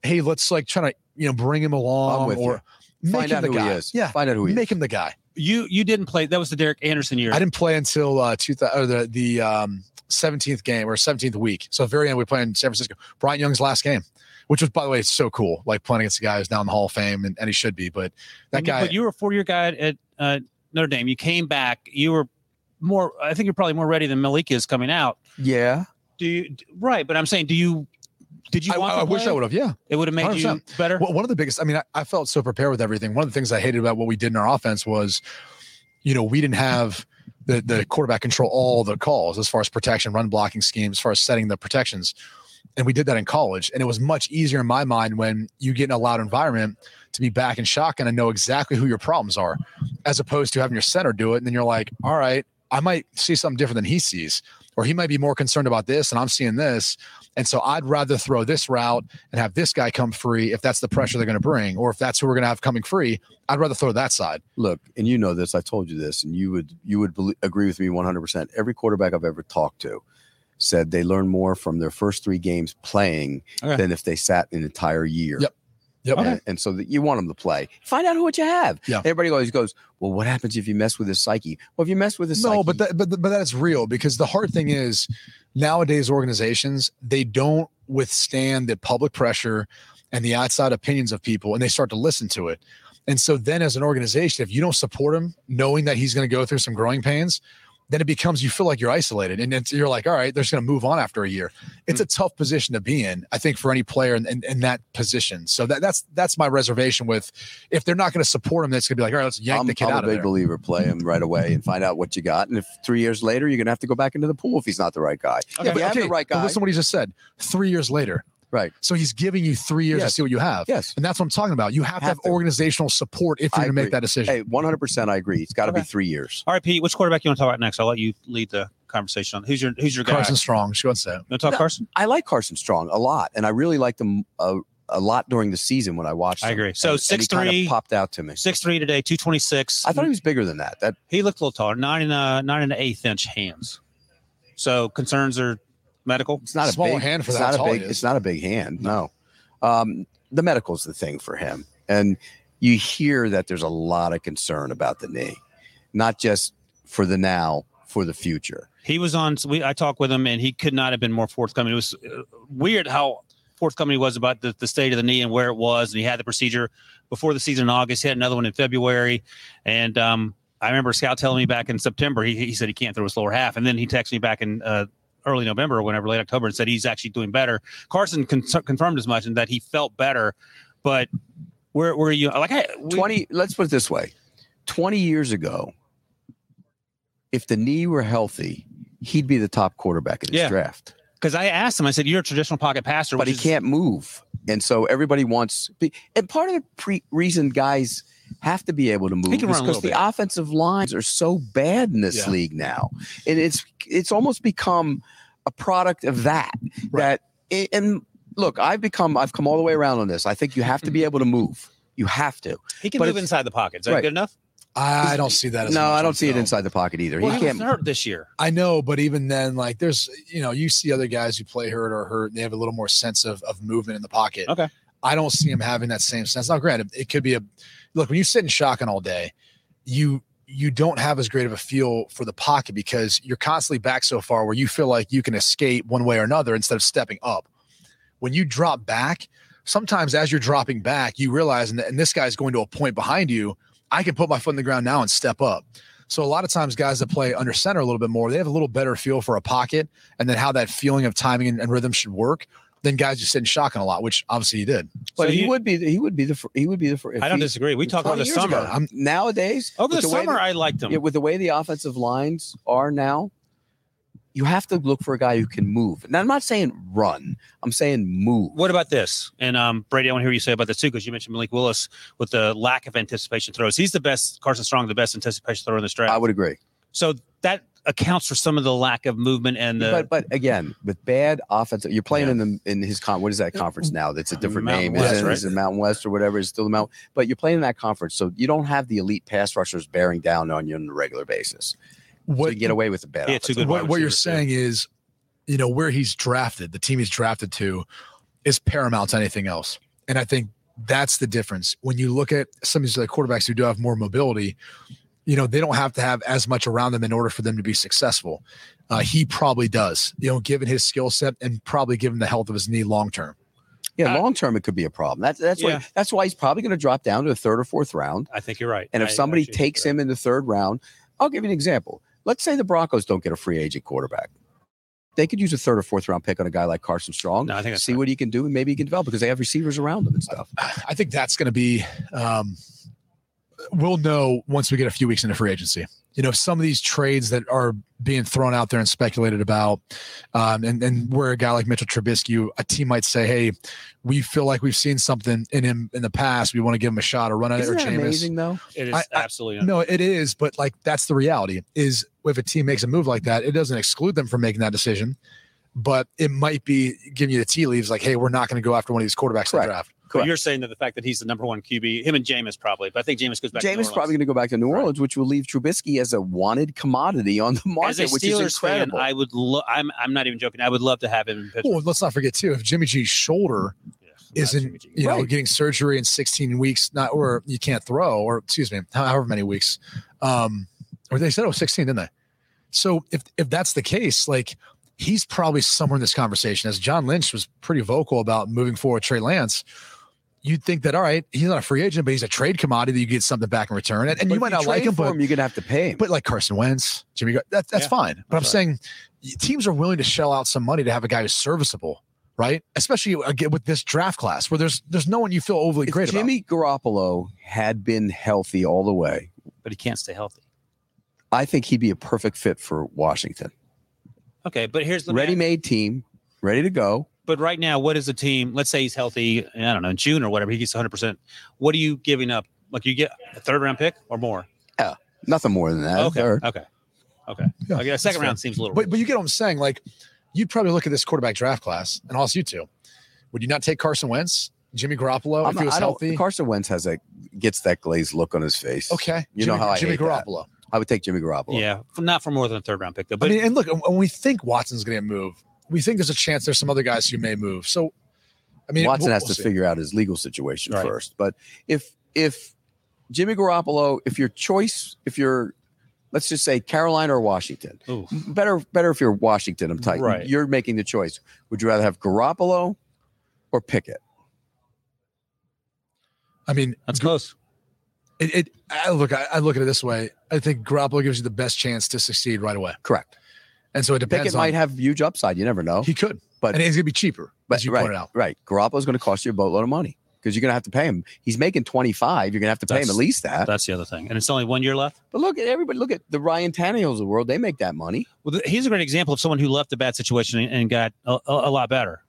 hey, let's like try to you know bring him along I'm with or make Find him out the who guy. he is. Yeah, Find out who he is. make him the guy. You you didn't play. That was the Derek Anderson year. I didn't play until uh, two th- or the the um, 17th game or 17th week. So at the very end, we played in San Francisco. Brian Young's last game, which was, by the way, so cool. Like playing against a guy who's now in the Hall of Fame, and, and he should be. But that And you- guy, But you were a four-year guy at uh, Notre Dame. You came back. You were more. I think you're probably more ready than Malik is coming out. Yeah. Do you d- right? But I'm saying, do you? Did you? I, want I to wish play? I would have. Yeah. It would have made you 100%. better. Well, one of the biggest. I mean, I, I felt so prepared with everything. One of the things I hated about what we did in our offense was, you know, we didn't have. The, the quarterback control all the calls as far as protection, run blocking schemes, as far as setting the protections. And we did that in college. And it was much easier in my mind when you get in a loud environment to be back in shotgun and know exactly who your problems are, as opposed to having your center do it. And then you're like, all right, I might see something different than he sees, or he might be more concerned about this and I'm seeing this. And so I'd rather throw this route and have this guy come free if that's the pressure they're going to bring, or if that's who we're going to have coming free. I'd rather throw that side. Look, and you know this. I told you this, and you would you would belie- agree with me 100. percent Every quarterback I've ever talked to said they learn more from their first three games playing Okay. than if they sat an entire year. Yep. Yep. And, and so that you want them to play. Find out what you have. Yeah. Everybody always goes, well, what happens if you mess with his psyche? Well, if you mess with his psyche, No, but that, but but that's real because the hard thing is nowadays organizations they don't withstand the public pressure and the outside opinions of people, and they start to listen to it. And so then, as an organization, if you don't support him, knowing that he's going to go through some growing pains, then it becomes you feel like you're isolated, and it's, you're like, all right, they're just going to move on after a year. It's Hmm. a tough position to be in, I think, for any player in, in, in that position. So that, that's that's my reservation with if they're not going to support him, that's going to be like, all right, let's yank I'm, the kid I'm out a of big there. believer. Play him right away and find out what you got. And if three years later, you're gonna have to go back into the pool if he's not the right guy. Okay. If you have the okay, right but guy, listen to what he just said. Three years later, Right. So he's giving you three years Yes. to see what you have. Yes. And that's what I'm talking about. You have, to Have have to. organizational support I if you're going to agree. make that decision. Hey, 100%. I agree. It's got to be Okay. three years. All right, Pete, which quarterback you want to talk about next? I'll let you lead the conversation on who's your who's your guy. Carson Strong, she wants that. You want to talk No. Carson? I like Carson Strong a lot, and I really liked him a, a lot during the season when I watched. I him. agree. So And- and he kinda 6'3" popped out to me. Six three today, two twenty six. I thought he was bigger than that. That He looked a little taller, nine and a nine and an eighth inch hands. So concerns are medical. it's not Small a big hand for it's that, Not that's all a big, it is. it's not a big hand. No, um, the medical's the thing for him, and you hear that there's a lot of concern about the knee, not just for the now, for the future. He was on. We I talked with him, and he could not have been more forthcoming. It was uh, weird how forthcoming he was about the, the state of the knee and where it was, and he had the procedure before the season in August. He had another one in February, and um, I remember a Scout telling me back in September he, he said he can't throw his lower half, and then he texted me back in uh, early November or whenever late October and said he's actually doing better. Carson con- confirmed as much and that he felt better, but where where you like hey, we- 20 let's put it this way 20 years ago if the knee were healthy he'd be the top quarterback in this Yeah. draft Because I asked him, I said, "You're a traditional pocket passer, but which he is- can't move and so everybody wants and part of the pre- reason guys have to be able to move can is run a because little the bit. offensive lines are so bad in this Yeah. league now and it's it's almost become a product of that Right. that and look i've become i've come all the way around on this i think you have to Mm-hmm. be able to move you have to He can but move it's- inside the pocket. Is that Right. good enough? I don't see that as no much i don't see it though. inside the pocket either Well, he he, can't was hurt this year. I know, but even then, like there's you know, you see other guys who play hurt or hurt, and they have a little more sense of, of movement in the pocket. Okay. I don't see him having that same sense. Now, granted, it could be a look when you sit in shotgun all day, you you don't have as great of a feel for the pocket because you're constantly back so far where you feel like you can escape one way or another instead of stepping up. When you drop back, sometimes as you're dropping back, you realize and, and this guy's going to a point behind you, I can put my foot in the ground now and step up. So a lot of times guys that play under center a little bit more, they have a little better feel for a pocket and then how that feeling of timing and, and rhythm should work than guys just sit in shotgun a lot, which obviously he did. But So he you- would be. The, he would be the. fir- He would be the. fir- if I don't he- disagree. We talked about 20 the years summer. ago. I'm- nowadays Over the, with way summer, the- I liked him. yeah, with the way the offensive lines are now, you have to look for a guy who can move. Now I'm not saying run. I'm saying move. what about this? And um, Brady, I want to hear what you say about this too, because you mentioned Malik Willis with the lack of anticipation throws. He's the best, Carson Strong, the best anticipation thrower in this draft. I would agree. so that accounts for some of the lack of movement and the. but but again, with bad offensive, you're playing Yeah. in the in his con. What is that conference now? That's a different Mountain name. Is West, it, right? is it Mountain West or whatever? It's still the Mountain. But you're playing in that conference, so you don't have the elite pass rushers bearing down on you on a regular basis. so What you get away with a bad. Yeah, too offensive good what, wide what you're receiver, too. saying is, you know, where he's drafted, the team he's drafted to is paramount to anything else. And I think that's the difference. When you look at some of these other quarterbacks who do have more mobility, you know, they don't have to have as much around them in order for them to be successful. Uh, he probably does, you know, given his skill set and probably given the health of his knee long term. Yeah, I- long term it could be a problem. That's that's Yeah. why that's why he's probably going to drop down to the third or fourth round. I think you're right. And if I- I somebody actually takes think him in the third round, I'll give you an example. Let's say the Broncos don't get a free agent quarterback. They could use a third or fourth round pick on a guy like Carson Strong. No, I think that's see right. what he can do, and maybe he can develop because they have receivers around him and stuff. I think that's going to be, um, we'll know once we get a few weeks into free agency. You know, some of these trades that are being thrown out there and speculated about, um, and, and where a guy like Mitchell Trubisky, a team might say, hey, we feel like we've seen something in him in the past. We want to give him a shot or run at Isn't it or that Jameis. amazing though? It is I- I- absolutely. No, it is, but like that's the reality is if a team makes a move like that, it doesn't exclude them from making that decision, but it might be giving you the tea leaves like, hey, we're not going to go after one of these quarterbacks in the Correct. draft. But you're saying that the fact that he's the number one QB, him and Jameis probably, but I think Jameis goes back. to New Jameis is Orleans. probably going to go back to New Right. Orleans, which will leave Trubisky as a wanted commodity on the As a market, which is Steelers fan, incredible. I would. Lo- I'm. I'm not even joking. I would love to have him. In Pittsburgh. Well, let's not forget too, if Jimmy G's shoulder Yeah, isn't that's- you know Right. getting surgery in 16 weeks not or you can't throw or excuse me however many weeks um or they said it was 16 didn't they so if if that's the case like he's probably somewhere in this conversation as john lynch was pretty vocal about moving forward trey lance you'd think that all right he's not a free agent but he's a trade commodity that you get something back in return and, and But you if might not like trade him for but you're going to have to pay him. but like Carson Wentz, Jimmy, Gar- that, that's Yeah, fine. But I'm that's saying teams are willing to shell out some money to have a guy who's serviceable, right? Especially again with this draft class where there's there's no one you feel overly if great Jimmy Garoppolo had been healthy all the way, but he can't stay healthy. I think he'd be a perfect fit for Washington. Okay, but here's the Ready made team, ready to go. But right now, what is the team? Let's say he's healthy. I don't know in June or whatever. He gets 100. percent What are you giving up? Like you get a third round pick or more? Nothing more than that. okay. Or- okay. Okay. Yeah, okay. The that's second fair. round seems a little. But, but you get what I'm saying. Like, you'd probably look at this quarterback draft class, and also you two. Would you not take Carson Wentz, Jimmy Garoppolo, I'm if he not- was I don't- healthy? Carson Wentz has a gets that glazed look on his face. okay, You Jimmy, know how I Jimmy hate that. Garoppolo. I would take Jimmy Garoppolo. yeah, f- not for more than a third round pick though. But I mean, and look, and when we think Watson's going to move, we think there's a chance there's some other guys who may move. So, I mean, Watson we'll- has we'll to see. figure out his legal situation Right. first. But if if Jimmy Garoppolo, if your choice, if you're let's just say Carolina or Washington, Ooh. better better if you're Washington. I'm tight. Right. You're making the choice. Would you rather have Garoppolo or Pickett? I mean, that's close. it, it I look, I, I look at it this way. I think Garoppolo gives you the best chance to succeed right away, Correct. and so it depends Pickett on might have huge upside. You never know. he could, but- and he's going to be cheaper, as you right, pointed out. right. Garoppolo's going to cost you a boatload of money because you're going to have to pay him. He's making 25. You're going to have to pay him That's- at least that. That's the other thing. And it's only one year left. But look at everybody. Look at the Ryan Tannehills of the world. They make that money. Well, th- he's a great example of someone who left a bad situation and- and got a, a, a lot better.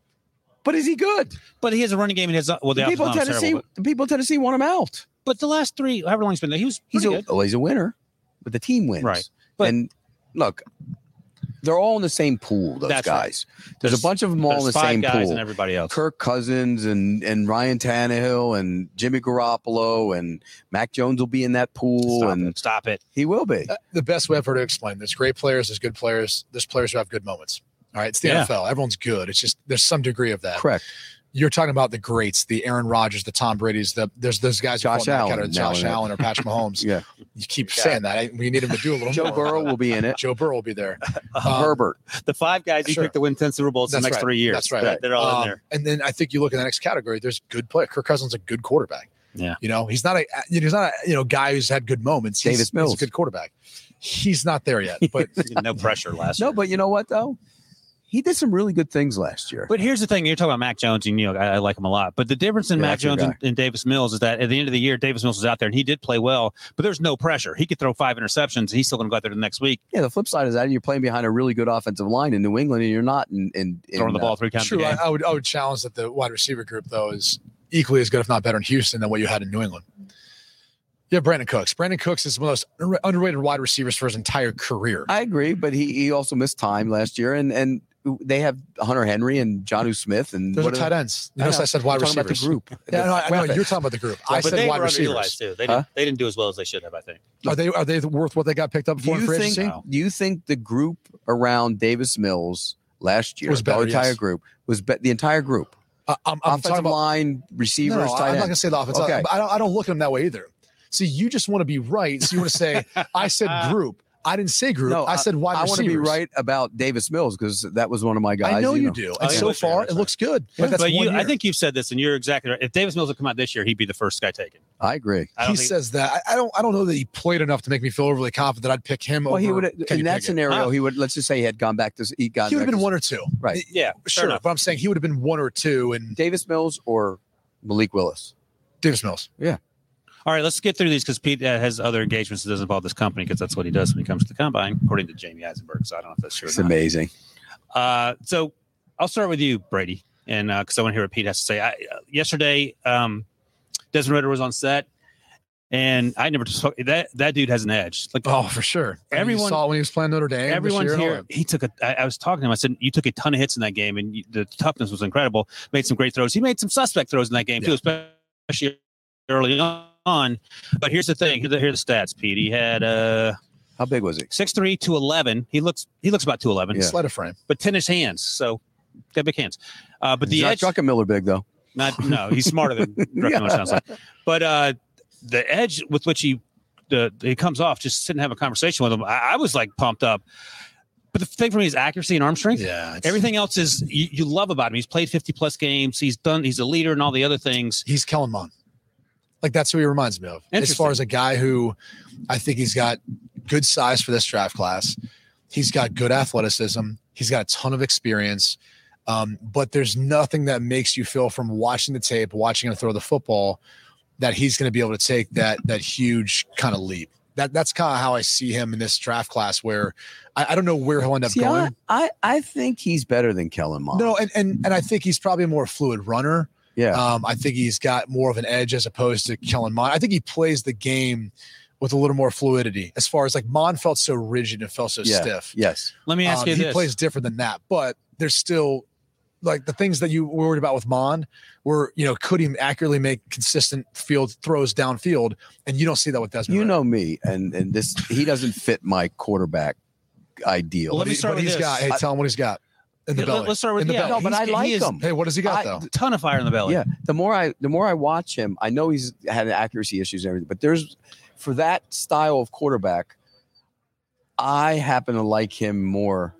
But is he good? But he has a running game and has uh, well, the, The people in Tennessee. Tennessee, the people in Tennessee want him out. but, but the last three, however long he's been there, he was He's pretty a, good. well, he's a winner, but the team wins. Right. But- and look, they're all in the same pool. Those That's right. guys. There's, a bunch of them all in the There's five same guys pool. and everybody else. Kirk Cousins and and Ryan Tannehill and Jimmy Garoppolo and Mac Jones will be in that pool, Stop and it. Stop it. he will be. Uh, the best way I've heard it explained. There's great players, there's good players, there's players who have good moments. All right, it's the Yeah. NFL. Everyone's good. It's just there's some degree of that. Correct. You're talking about the greats, the Aaron Rodgers, the Tom Brady's, the there's those guys. who Josh fall in that Allen category, now Josh and then. Allen, or Patrick Mahomes. Yeah. you keep Yeah. saying that. I, we need him to do a little Joe more. Burrow will be in it. Joe Burrow will be there. Um, Herbert. The five guys you Sure. picked to win 10 Super Bowls in the That's next right. three years. That's right. They're, they're all in Um, there. And then I think you look in the next category. There's good play. Kirk Cousins a good quarterback. Yeah. you know he's not a you know, he's not a you know guy who's had good moments. He's- Davis he's Mills. a good quarterback. He's not there yet, but no pressure last No, year. but you know what though? He did some really good things last year. But here's the thing: you're talking about Mac Jones, and you know I, I like him a lot. But the difference in Yeah, Mac that's your Jones and, and Davis Mills is that at the end of the year, Davis Mills was out there and he did play well, but there's no pressure. He could throw five interceptions. He's still going to go out there the next week Yeah, the flip side is that you're playing behind a really good offensive line in New England, and you're not in, in, in throwing the uh, ball three times. a True. I, game. I would I would challenge that the wide receiver group though is equally as good, if not better, in Houston than what you had in New England. Yeah, Brandon Cooks. Brandon Cooks is one of the most underrated wide receivers for his entire career. I agree, but he, he also missed time last year, and and they have Hunter Henry and Johnu Smith, and Those are what are tight they- ends. You I notice know. I said wide I'm talking about the receivers. group. Yeah, The no, I, I know weapon. you're talking about the group. I but said they wide were underutilized receivers. too. They, Huh? didn't, they didn't do as well as they should have. I think. Are they are they worth what they got picked up Do for in you free think agency? do you think the group around Davis Mills last year, Was the better, entire yes. group was be- the entire group, Uh, I'm, I'm talking offensive about line, no, receivers, no, tight I'm not end. going to say the offense. Okay. I don't I don't look at them that way either. See, you just want to be right. So you want to say I said group. I didn't say group. No, I said wide I want to receivers. be right about Davis Mills because that was one of my guys. I know you, do. And yeah, so that's fair, far, that's it fair. looks good. But that's but one you, I year. think you've said this, and you're exactly right. If Davis Mills would come out this year, he'd be the first guy taken. I agree. I he don't think- says that. I, I don't. I don't know that he played enough to make me feel overly confident that I'd pick him. Well, over he would Kenny in that Pickett. scenario. Huh? He would let's just say he had gone back to he got He would have been one or two. Right. yeah, fair Sure, enough. but I'm saying he would have been one or two, and Davis Mills or Malik Willis. Davis Mills. All right, let's get through these because Pete uh, has other engagements that doesn't involve this company because that's what he does when he comes to the combine, according to Jamie Eisenberg. So I don't know if that's true. It's Or not. amazing. Uh, so I'll start with you, Brady, and because I want to hear what Pete has to say. I, uh, yesterday, um, Desmond Ritter was on set, and I never spoke. That that dude has an edge. Like Oh, for sure. I mean, you Everyone- saw it when he was playing Notre Dame. this Everyone's year and all here. He took a. I, I was talking to him. I said, "You took a ton of hits in that game, and you, the toughness was incredible. Made some great throws. He made some suspect throws in that game too, especially early on." But here's the thing. Here are the, here are the stats, Pete. He had uh, How big was he? six three to eleven. He looks. He looks about two eleven, that. Sleight of frame. but tennis hands. So got big hands. Uh, but the He's not edge. Druckenmiller big though. Not no, he's smarter than Druckenmiller sounds like. But uh, the edge with which he the he comes off just sitting and have a conversation with him. I, I was like pumped up. But the thing for me is accuracy and arm strength. Yeah. it's- Everything else is you, you love about him. He's played 50 plus games. He's done. He's a leader and all the other things. He's Kellen Mond. Like that's who he reminds me of. As Interesting. far as a guy who, I think he's got good size for this draft class. He's got good athleticism. He's got a ton of experience. Um, but there's nothing that makes you feel from watching the tape, watching him throw the football, that he's going to be able to take that that huge kind of leap. that that's kind of how I see him in this draft class. Where I, I don't know where he'll end up See, going. I, I, I think he's better than Kellen Mond. No, and, and and I think he's probably a more fluid runner. yeah. Um, I think he's got more of an edge as opposed to Kellen Mond. I think he plays the game with a little more fluidity as far as like Mond felt so rigid and felt so Yeah. stiff. yes. Let me ask Um, you he this. plays different than that, but there's still like the things that you were worried about with Mond were, you know, could he accurately make consistent field throws downfield? And you don't see that with Desmond. You Ritter. know me, and and this he doesn't fit my quarterback ideal. Well, let But me he- start but with he's this. got. Hey, tell him what he's got in the Yeah, let- belly. let's start with- in the yeah, belly. no, but He's- I he like is- him. Hey, what has he got I- though? ton of fire in the belly. Yeah, the more I the more I watch him, I know he's had accuracy issues and everything, but there's for that style of quarterback, I happen to like him more.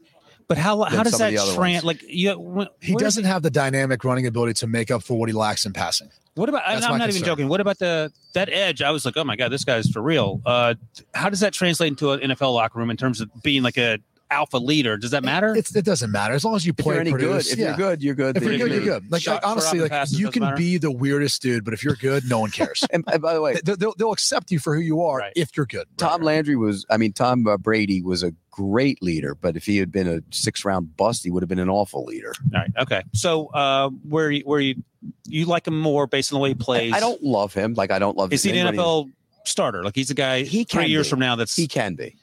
But how how Than does some of that the other trans ones. like you? When, He where does doesn't have the dynamic running ability to make up for what he lacks in passing. What about? and That's I'm my not even concern. joking. What about the that edge? I was like, oh my god, this guy's for real. Uh, how does that translate into an NFL locker room in terms of being like a alpha leader? Does that matter? It's, it doesn't matter as long as you If play you're any produce. good, if yeah. you're good, you're good. If then you're good, you're good. Like, Shot like for honestly, up and like passes, you doesn't can matter. be the weirdest dude, but if you're good, no one cares. And, and by the way, They- they'll, they'll accept you for who you are Right. if you're good. Tom Landry was, I mean, Tom uh, Brady was a great leader, but if he had been a six round bust, he would have been an awful leader. All right. Okay. So uh, where you, where you you like him more based on the way he I, plays? I don't love him. Like, I don't love Is he an anybody- NFL starter? Like he's a guy He three can years be. from now. That's He can be.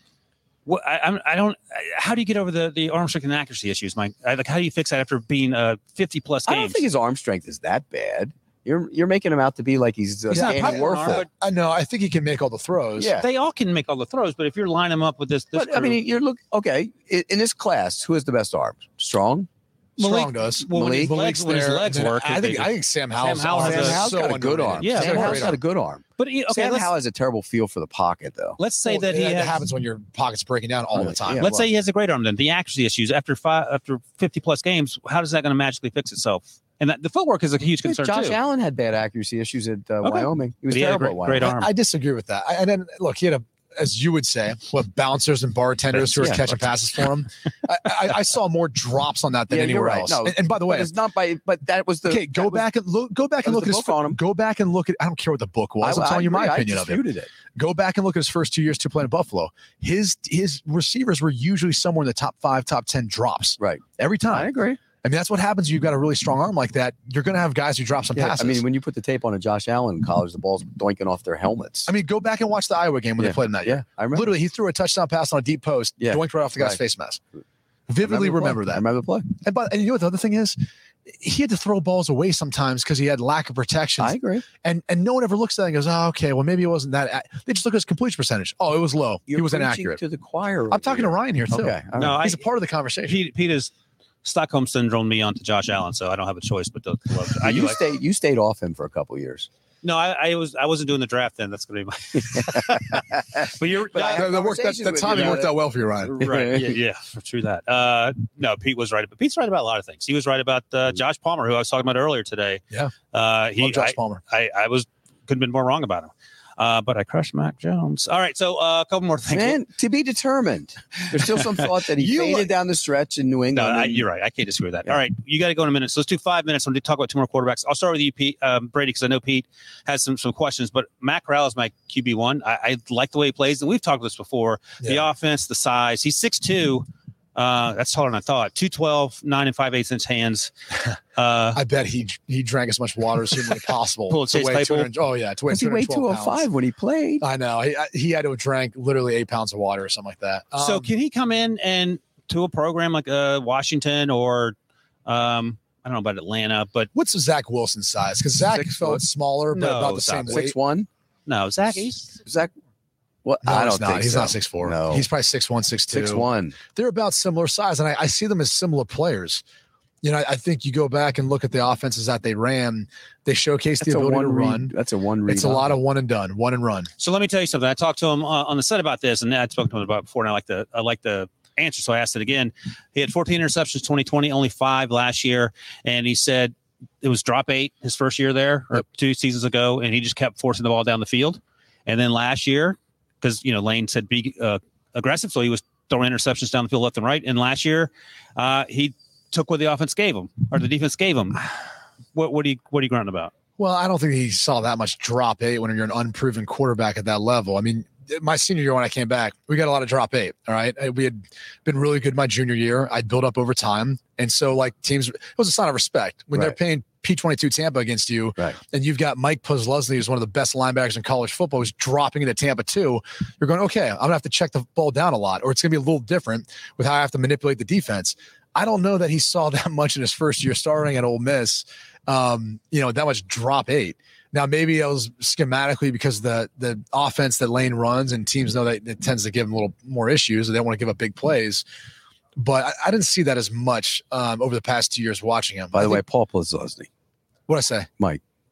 what I, I'm- I don't. I- How do you get over the the arm strength and accuracy issues, Mike? I, like how do you fix that after being uh 50 plus I games? don't think his arm strength is that bad. You're you're making him out to be like he's, uh, He's not Danny probably- Werfel. I know. I think he can make all the throws. Yeah. they all can make all the throws, but if you're lining them up with this, this But I mean, you're look okay in, in this class. Who has the best arm? Strong. Strong Malik- does. well, when his Malik- legs, when his there, legs and work, I it- think it- I think Sam Howell's Howell's arm a- is Sam Howell's so got a good underrated. arm. Yeah, He's Sam got a Howell's great got arm. a good arm. but he- okay, Sam let's, Howell has a terrible feel for the pocket, though. let's say Well, that he has, happens when your pocket's breaking down all the Yeah. time. let's well- say he has a great arm. Then the accuracy issues after five after 50 plus games, how is that going to magically fix itself? And that, the footwork is a huge concern Josh too. Allen had bad accuracy issues at uh, Okay. Wyoming. He was But he had a terrible at great, Wyoming. great arm. I, I disagree with that. I, and then look, he had a, as you would say, what bouncers and bartenders who are Yeah. catching passes for him. I, I, I saw more drops on that than Yeah, you're anywhere right. else. No, and, and by the But way, it's not by. But that was the. okay, go that was- back and look. Go back that and was look the at his book on him. Go back and look at. I don't care what the book was. I, am telling you my agree. opinion I of it. disputed it. Go back and look at his first two years to playing in Buffalo. His his receivers were usually somewhere in the top five, top ten drops. Right. Every I time. agree. I mean, that's what happens. You've got a really strong arm like that. You're going to have guys who drop some Yeah, I passes. mean, when you put the tape on a Josh Allen in college, the ball's doinking off their helmets. I mean, go back and watch the Iowa game when they Yeah. played him that year. yeah, I remember. Literally, he threw a touchdown pass on a deep post, Yeah. doinked right off the guy's Right. face mask. I Vividly the play. remember, I that. remember the play. And, but, and you know what the other thing is? He had to throw balls away sometimes because he had lack of protection. I agree. and and no one ever looks at that and goes, oh, okay, well, maybe it wasn't that. a-" They just look at his completion percentage. Oh, it was low. You're he was preaching inaccurate. To the choir. over I'm talking to here. Ryan here, too. Okay. all No, right. I- He's a part of the conversation. Pete, Pete is Stockholm syndrome me onto Josh Allen, so I don't have a choice but to love. I do you like, stayed. You stayed off him for a couple years. no, I, I was I wasn't doing the draft then. That's gonna be my. but you're But I- That- that worked- that- that Conversations timing with you worked about out well for you, Ryan. right. Yeah, yeah, true that. Uh, no, Pete was right, but Pete's right about a lot of things. He was right about uh, Josh Palmer, who I was talking about earlier today. Yeah. uh, he. Love Josh I- Palmer. I, I was couldn't have been more wrong about him. Uh, but I crushed Mac Jones. All right, so uh, a couple more things. Man, to be determined. There's still some thought that he You faded like- down the stretch in New No, England. I, and- you're right. I can't disagree with that. um, Yeah. All right, you got to go in a minute. So let's do five minutes. We'll do- talk about two more quarterbacks. I'll start with you, Pete um, Brady, because I know Pete has some some questions. But Matt Corral is my QB one. I, I like the way he plays, and we've talked about this before. The offense, the size. He's six two. Uh, that's taller than I thought. 212, 9 and 5 eighths inch hands. Uh, I bet he he drank as much water as humanly possible. Pull a to Chase weigh Claypool. 200 Oh yeah, to weigh Was he oh weighed 212 pounds. 205 when he played? I know. He, I- he had to have drank literally eight pounds of water or something like that. so Um, can he come in and to a program like uh, Washington or um, I don't know about Atlanta, but what's Zach Wilson's size? Because Zach Six felt foot. smaller, but No, about the stop same it. weight. Six one. no, Zach. He's, Zach. What? No, I he's don't not. think he's so. not six four. No. he's probably six one, six two. Six one. They're about similar size, and I, I see them as similar players. You know, I, I think you go back and look at the offenses that they ran. They showcased the That's a ability one to read. run. That's a one read. It's a lot of one and done, one and run. so let me tell you something. I talked to him uh, on the set about this, and I spoke to him about it before, and I like the I like the answer, so I asked it again. He had 14 interceptions 2020, only five last year, and he said it was drop eight his first year there or two seasons ago, and he just kept forcing the ball down the field. And then last year, because you know Lane said be uh, aggressive, so he was throwing interceptions down the field left and right. And last year, uh, he took what the offense gave him or the defense gave him. What what do you what are you grunting about? Well, I don't think he saw that much drop eight when you're an unproven quarterback at that level. I mean, my senior year when I came back, we got a lot of drop eight. All right. Uh, We had been really good my junior year. I'd built up over time. And so, like, teams, it was a sign of respect when they're Right. paying P22 Tampa against you. Right. And you've got Mike Puzlesny, who's one of the best linebackers in college football, who's dropping into Tampa too. You're going, okay, I'm going to have to check the ball down a lot, or it's going to be a little different with how I have to manipulate the defense. I don't know that he saw that much in his first year starting at Ole Miss, um, you know, that much drop eight. Now, maybe that was schematically because the the offense that Lane runs and teams know that it tends to give them a little more issues. and They don't want to give up big plays. But I, I didn't see that as much um, over the past two years watching him. By the I way, think- Paul Posluszny. what I say?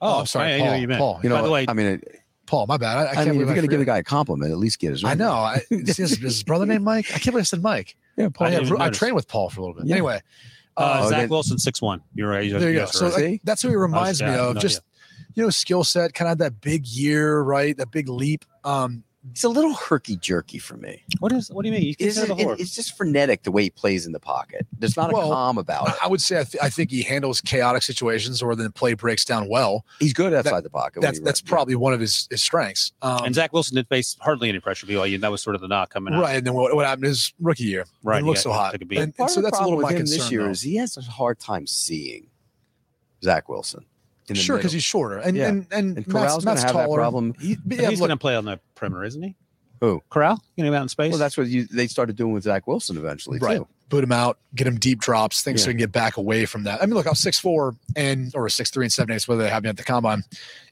Oh, I'm sorry, I- I Paul, know you meant. Paul, You know, By the way- I mean, it, Paul, my bad. I, I I, can't mean, if believe you're I going to give forgot. a guy a compliment, at least get his. I name. know. I, is, his, is his brother named Mike? I can't believe I said Mike. Yeah, Paul, I yeah, didn't I, even notice. trained with Paul for a little bit. Yeah. Anyway, Uh, uh, Oh, Zach okay. Wilson, six one. You're right. You there you go. guys are So right. like, See? that's who he reminds yeah, me of. no, Just you know, skill set, kind of that big year, right? That big leap. Um, He's a little herky jerky for me. what is? What do you mean? You It's, consider the it- horse? it's just frenetic the way he plays in the pocket. There's not Well, a calm about it. I would say I, th- I think he handles chaotic situations, or the play breaks down well. He's good outside the pocket. when That's he that's runs. probably one of his, his strengths. Um, and Zach Wilson did face hardly any pressure at BYU. And that was sort of the knock coming out. right, and then what, what happened is rookie year. Right. it he looks got- so hot. took a beat. And, and Part of so the that's a little problem my with him concern. this year though. is he has a hard time seeing Zach Wilson. in the sure, because middle. he's shorter, and Yeah. and and, and Matt's- Corral's going to Matt's have that taller. problem. He- but But yeah, he's look, going to play on the perimeter, isn't he? Who? Corral? You know, out in space. Well, that's what you, they started doing with Zach Wilson eventually Right. too. boot him out, get him deep drops, things Yeah. so he can get back away from that. I mean, look, I'm six four and or six three and seven eighths, whether they have me at the combine.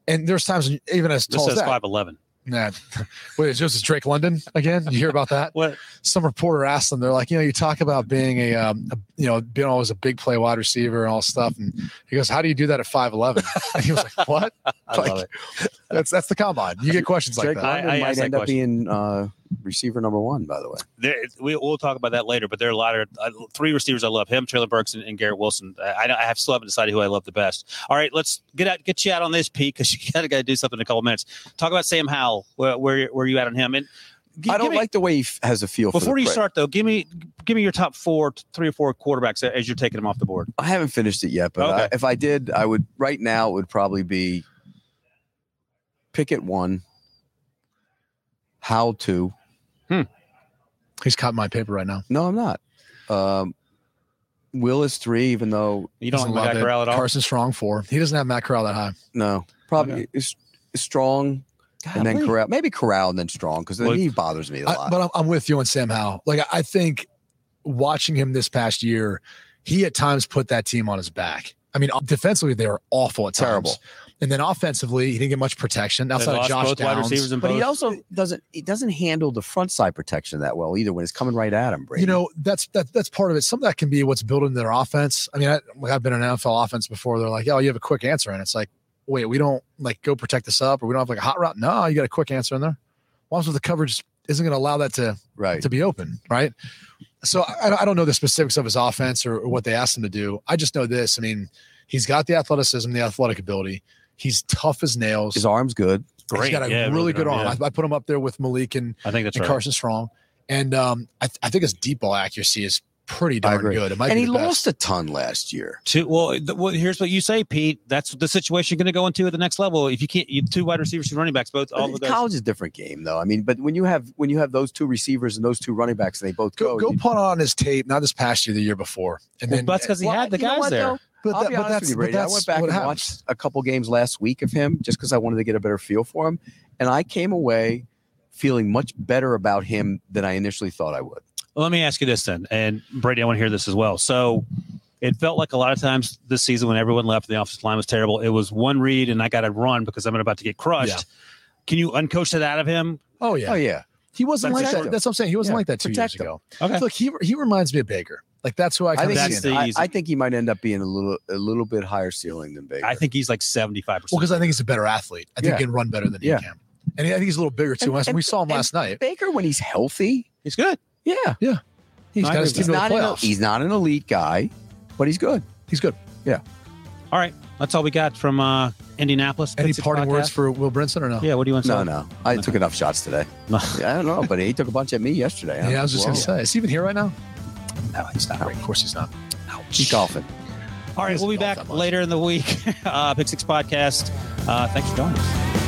And there's times when even as this tall as says that. five eleven. Nah. Wait, is this Drake London again? You hear about that? What? Some reporter asked them, they're like, you know, you talk about being a, um, a- you know, being always a big play wide receiver and all stuff. And he goes, how do you do that at 5'11? And he was like, what? I Like, love it. That's, that's the combine. You get questions like Drake that. I- London I might asked that end up question. being uh, receiver number one, by the way. There, we, we'll talk about that later. But there are a lot of uh, three receivers I love: him, Traylon Burks, and, and Garrett Wilson. I, I don't- I have still haven't decided who I love the best. All right, let's get out, get you out on this, Pete, because you got to got to do something in a couple minutes. Talk about Sam Howell. Where where, where you at on him? And gi- I give don't me- like the way he f- has a feel. for Before the you play. start, though, give me give me your top four, three or four quarterbacks as you're taking them off the board. I haven't finished it yet, but Okay. I, if I did, I would. Right now, it would probably be Pickett one, How two. He's caught my paper right now. No, I'm not. Um, Willis three, even though You don't Doesn't like love Matt it. Corral at all. Carson Strong four. He doesn't have Matt Corral that high. no, probably is strong, and then Golly. Corral, maybe Corral, and then strong because then Well, he bothers me a I- lot. but I'm, I'm with you on Sam Howell. Like I, I think watching him this past year, he at times put that team on his back. I mean, defensively they were awful at times. Terrible. and then offensively he didn't get much protection They outside of lost Josh both wide Downs. receivers and But he also doesn't he doesn't handle the front side protection that well either when it's coming right at him. Brady. You know, that's that, that's part of it. Some of that can be what's built into their offense. I mean, I, I've been in an NFL offense before. They're like, "Oh, you have a quick answer," and it's like, "Wait, we don't like go protect this up, or we don't have like a hot route." No, you got a quick answer in there. Once with the coverage isn't going to allow that to right? to be open, right? So I, I don't know the specifics of his offense or, or what they asked him to do. I just know this. I mean, he's got the athleticism, the athletic ability. He's tough as nails. His arm's good. he's Great. got a Yeah, really, good arm. I, I put him up there with Malik and, I think that's and right. Carson Strong. And um, I, th- I think his deep ball accuracy is pretty I darn agree. good. It might And be he the best. lost a ton last year. Two, well, th- well, here's what you say, Pete. That's the situation you're going to go into at the next level. If you can't, you two wide receivers, two running backs, both all of those. college is a different game though. I mean, but when you have when you have those two receivers and those two running backs and they both Go, go, go you- punt on his tape, not this past year, the year before. And Well, then, that's because he Oh, Well, had the you know guys what, there. though? but, I'll that- be but honest with that's, you, but Brady. I that's went back what and happens. watched a couple games last week of him just because I wanted to get a better feel for him, and I came away feeling much better about him than I initially thought I would. Well, let me ask you this then, and Brady, I want to hear this as well. So, it felt like a lot of times this season when everyone left, the offensive line was terrible. It was one read, and I got to run because I'm about to get crushed. Yeah. Can you uncoach that out of him? Oh, yeah. Oh yeah, He wasn't That's like exactly- that. That's what I'm saying. He wasn't Yeah, like that two years protect him. ago. Okay. Look, he, he reminds me of Baker. Like, that's who I I kind think of that's he's- see. him. the I, easy- I think he might end up being a little a little bit higher ceiling than Baker. I think he's like 75. Well, percent because I think he's a better athlete. I think Yeah. he can run better than Yeah. he can. And I think he's a little bigger too. And- And, and- we saw him and- last night. Baker when he's healthy, He's good. yeah, He's I got his agree he's team to the not an, playoffs. he's not an elite guy, but he's good. He's good. All right, that's all we got from uh, Indianapolis. Any Pixies parting podcast. words for Will Brinson or no? Yeah, what do you want to say? No, no, I took enough shots today. No. Yeah, I don't know, but he took a bunch at me yesterday. Yeah, I was just Whoa. gonna say. Is he even here right now? No, he's not. Of course he's not. Keep golfing. All right, we'll be Doesn't golf back that much. later in the week. Uh, Pick Six Podcast. Uh, thanks for joining us.